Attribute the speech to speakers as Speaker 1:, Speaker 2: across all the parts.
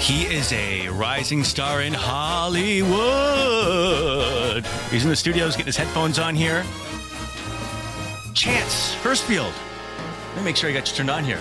Speaker 1: He is a rising star in Hollywood. He's in the studios getting his headphones on here. Chance Hurstfield. Let me make sure I got you turned on here.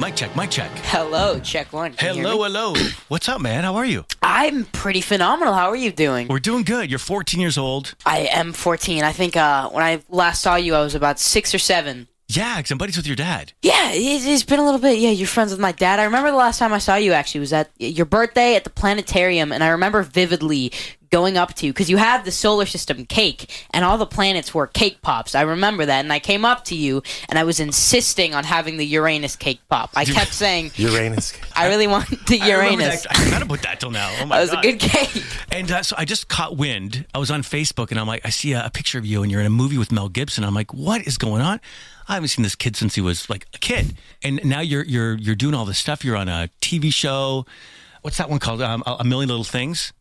Speaker 1: Mic check, mic check.
Speaker 2: Hello, check one. Can you hear
Speaker 1: Hello, uh,
Speaker 2: me?
Speaker 1: hello. What's up, man? How are you?
Speaker 2: I'm pretty phenomenal. How are you doing?
Speaker 1: We're doing good. You're 14 years old.
Speaker 2: I am 14. I think uh, when I last saw you, I was about six or seven.
Speaker 1: Yeah, 'cause I'm buddies with your dad.
Speaker 2: Yeah, it, it's been a little bit. Yeah, you're friends with my dad. I remember the last time I saw you actually was at your birthday at the planetarium, and I remember vividly going up to you because you had the solar system cake, and all the planets were cake pops. I remember that, and I came up to you, and I was insisting on having the Uranus cake pop. I kept saying,
Speaker 3: Uranus.
Speaker 2: "I really want the
Speaker 1: I remember
Speaker 2: Uranus."
Speaker 1: that. I forgot about that till now. Oh my
Speaker 2: That was a
Speaker 1: God.
Speaker 2: good cake.
Speaker 1: And uh, so I just caught wind. I was on Facebook and I'm like, I see a, a picture of you and you're in a movie with Mel Gibson. I'm like, what is going on? I haven't seen this kid since he was like a kid. And now you're you're you're doing all this stuff. You're on a TV show. What's that one called? Um, a a Million Little Things.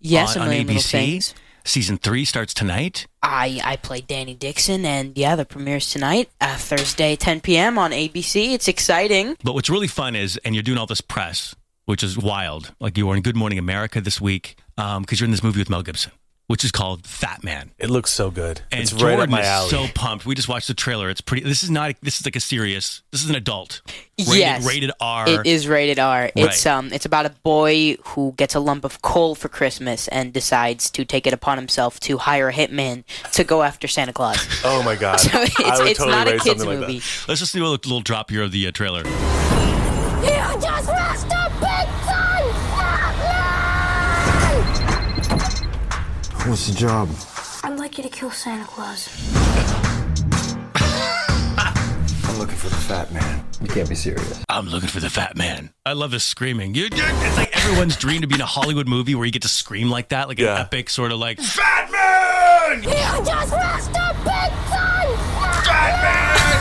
Speaker 2: Yes,
Speaker 1: on,
Speaker 2: a million
Speaker 1: on
Speaker 2: little
Speaker 1: ABC.
Speaker 2: things.
Speaker 1: Season three starts tonight.
Speaker 2: I I play Danny Dixon, and yeah, the premiere's tonight, uh, Thursday, 10 p.m. on ABC. It's exciting.
Speaker 1: But what's really fun is, and you're doing all this press, which is wild. Like you were in Good Morning America this week because you're in this movie with Mel Gibson, which is called Fat Man.
Speaker 3: It looks so good.
Speaker 1: And
Speaker 3: it's
Speaker 1: Jordan
Speaker 3: right up my
Speaker 1: is
Speaker 3: alley.
Speaker 1: so pumped. We just watched the trailer. It's pretty. This is not. This is like a serious. This is an adult. Rated,
Speaker 2: Yes.
Speaker 1: Rated R.
Speaker 2: It is rated R. It's um, it's about a boy who gets a lump of coal for Christmas and decides to take it upon himself to hire a hitman to go after Santa Claus.
Speaker 3: oh my god!
Speaker 2: so it's,
Speaker 3: I would
Speaker 2: it's
Speaker 3: totally
Speaker 2: not a
Speaker 3: rate
Speaker 2: kids
Speaker 3: something
Speaker 2: movie.
Speaker 3: Like
Speaker 1: Let's just do a little drop here of the uh, trailer.
Speaker 4: You just lost a big time!
Speaker 5: What's the job?
Speaker 4: I'm lucky to kill Santa Claus.
Speaker 5: I'm looking for the fat man. You can't be serious.
Speaker 1: I'm looking for the fat man. I love the screaming. You, it's like everyone's dream to be in a Hollywood movie where you get to scream like that, like an
Speaker 3: Yeah.
Speaker 1: epic sort of like.
Speaker 4: You just lost a big time!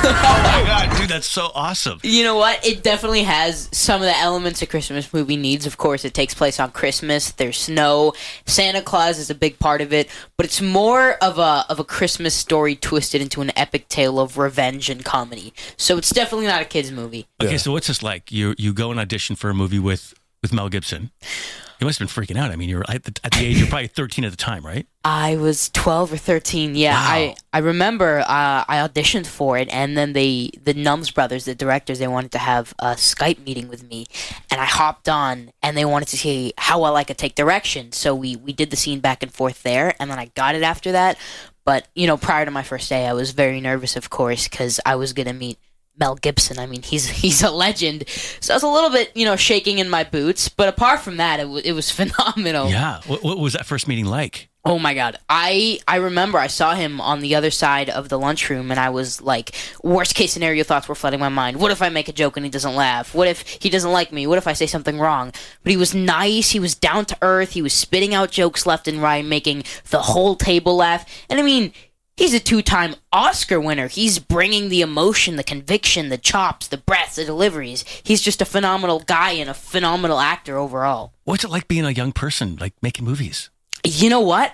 Speaker 1: Oh my god, dude, that's so awesome.
Speaker 2: You know what? It definitely has some of the elements a Christmas movie needs. Of course, it takes place on Christmas. There's snow. Santa Claus is a big part of it, but it's more of a of a Christmas story twisted into an epic tale of revenge and comedy. So it's definitely not a kids movie.
Speaker 1: Okay,
Speaker 3: Yeah.
Speaker 1: so what's this like? You you go and audition for a movie with with Mel Gibson. You must have been freaking out. I mean, you're at the, at the age you're probably 13 at the time, right?
Speaker 2: I was 12 or 13. Yeah,
Speaker 1: Wow.
Speaker 2: I I remember uh, I auditioned for it, and then they the Nums brothers, the directors, they wanted to have a Skype meeting with me, and I hopped on, and they wanted to see how well I could take direction. So we we did the scene back and forth there, and then I got it after that. But you know, prior to my first day, I was very nervous, of course, because I was gonna meet Mel Gibson. I mean, he's he's a legend. So I was a little bit you know shaking in my boots, but apart from that, it, w- it was phenomenal.
Speaker 1: Yeah. What, what was that first meeting like?
Speaker 2: Oh my god. I I remember I saw him on the other side of the lunchroom and I was like worst case scenario thoughts were flooding my mind. What if I make a joke and he doesn't laugh? What if he doesn't like me? What if I say something wrong? But he was nice, he was down to earth, he was spitting out jokes left and right, making the whole table laugh. And I mean, He's a two time Oscar winner. He's bringing the emotion, the conviction, the chops, the breaths, the deliveries. He's just a phenomenal guy and a phenomenal actor overall.
Speaker 1: What's it like being a young person, like making movies?
Speaker 2: You know what?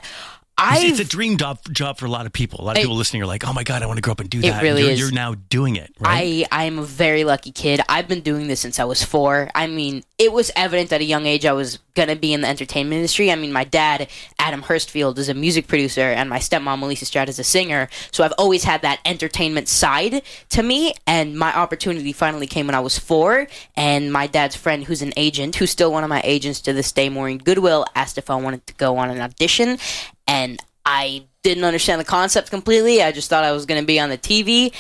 Speaker 1: It's,
Speaker 2: I
Speaker 1: it's a dream job, job for a lot of people. A lot of
Speaker 2: I-
Speaker 1: people listening are like, oh my God, I want to grow up and do
Speaker 2: It
Speaker 1: that. And
Speaker 2: really
Speaker 1: you're,
Speaker 2: is.
Speaker 1: you're now doing it, right?
Speaker 2: I, I'm a very lucky kid. I've been doing this since I was four. I mean, it was evident at a young age I was going to be in the entertainment industry. I mean, my dad, Adam Hurstfield, is a music producer, and my stepmom, Melissa Stroud, is a singer. So I've always had that entertainment side to me. And my opportunity finally came when I was four. And my dad's friend, who's an agent, who's still one of my agents to this day, Maureen Goodwill, asked if I wanted to go on an audition. And I didn't understand the concept completely. I just thought I was going to be on the TV.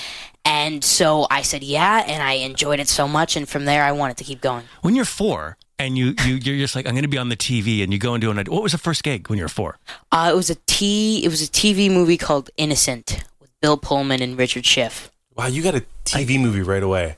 Speaker 2: And so I said, yeah, and I enjoyed it so much. And from there, I wanted to keep going.
Speaker 1: when you're four and you, you, you're just like, I'm going to be on the TV and you go and do an, what was the first gig when you were four?
Speaker 2: Uh, it was a T. It was a TV movie called Innocent with Bill Pullman and Richard Schiff.
Speaker 3: that. Wow, you got a TV movie right away.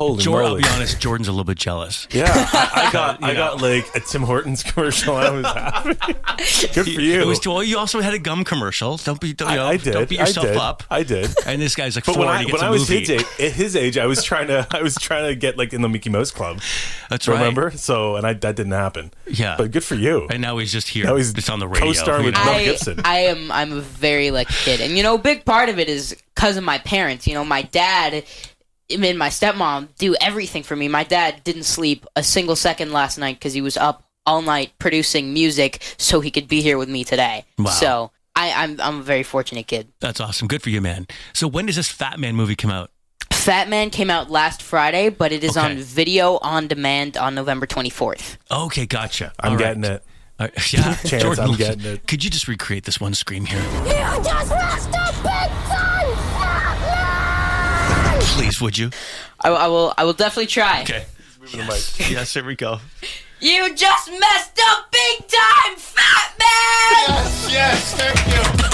Speaker 3: Holy
Speaker 1: Jor- I'll
Speaker 3: moly!
Speaker 1: be honest, Jordan's a little bit jealous.
Speaker 3: Yeah, I, I got
Speaker 1: You
Speaker 3: I got like a Tim Hortons commercial. I was happy. Good for you.
Speaker 1: It was too, well, you also had a gum commercial. Don't be, don't, you
Speaker 3: I,
Speaker 1: know,
Speaker 3: I did.
Speaker 1: don't beat
Speaker 3: I
Speaker 1: yourself
Speaker 3: did.
Speaker 1: up.
Speaker 3: I did.
Speaker 1: and this guy's like
Speaker 3: But
Speaker 1: four
Speaker 3: when
Speaker 1: and
Speaker 3: I
Speaker 1: he gets
Speaker 3: when
Speaker 1: a
Speaker 3: I was
Speaker 1: movie.
Speaker 3: his age, at his age, I was trying to I was trying to get like in the Mickey Mouse Club.
Speaker 1: That's right.
Speaker 3: Remember? So and I that didn't happen.
Speaker 1: Yeah.
Speaker 3: But good for you.
Speaker 1: And now he's just here.
Speaker 3: Now he's
Speaker 1: it's on the radio.
Speaker 3: co-starring
Speaker 1: you
Speaker 3: with
Speaker 1: know.
Speaker 3: Mel
Speaker 2: I,
Speaker 3: Gibson.
Speaker 2: I am I'm a very lucky kid, and you know, a big part of it is because of my parents. You know, my dad I mean, my stepmom do everything for me. My dad didn't sleep a single second last night because he was up all night producing music so he could be here with me today.
Speaker 1: Wow.
Speaker 2: So I, I'm I'm a very fortunate kid.
Speaker 1: That's awesome. Good for you, man. So when does this Fat Man movie come out?
Speaker 2: Fat Man came out last Friday, but it is
Speaker 1: Okay.
Speaker 2: on video on demand on November 24th.
Speaker 1: Okay, gotcha.
Speaker 3: I'm
Speaker 1: All right.
Speaker 3: getting it.
Speaker 1: All right. Uh, yeah,
Speaker 3: Chance,
Speaker 1: Jordan,
Speaker 3: I'm
Speaker 1: listen,
Speaker 3: getting it.
Speaker 1: Could you just recreate this one scream here?
Speaker 4: Yeah, I just lost a big time!
Speaker 1: Please, would you?
Speaker 2: I, I will I will definitely try.
Speaker 1: Okay. Yes. yes, here we go.
Speaker 2: You just messed up big time, Fat Man.
Speaker 3: Yes, thank you.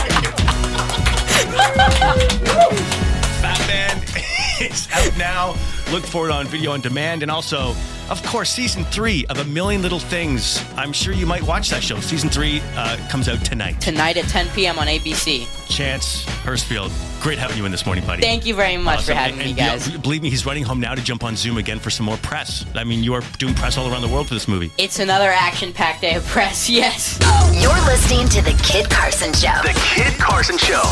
Speaker 1: Fat Man is out now. Look for it on video on demand. And also, of course, season three of A Million Little Things. I'm sure you might watch that show. Season three uh, comes out tonight.
Speaker 2: Tonight at 10 p.m. on ABC.
Speaker 1: Chance Hurstfield, great having you in this morning, buddy.
Speaker 2: Thank you very much for
Speaker 1: Awesome.
Speaker 2: having
Speaker 1: And-
Speaker 2: me,
Speaker 1: and,
Speaker 2: guys.
Speaker 1: yeah, believe me, he's running home now to jump on Zoom again for some more press. I mean, you are doing press all around the world for this movie.
Speaker 2: It's another action-packed day of press. Yes.
Speaker 6: You're listening to The Kid Carson Show.
Speaker 7: The Kid Carson Show.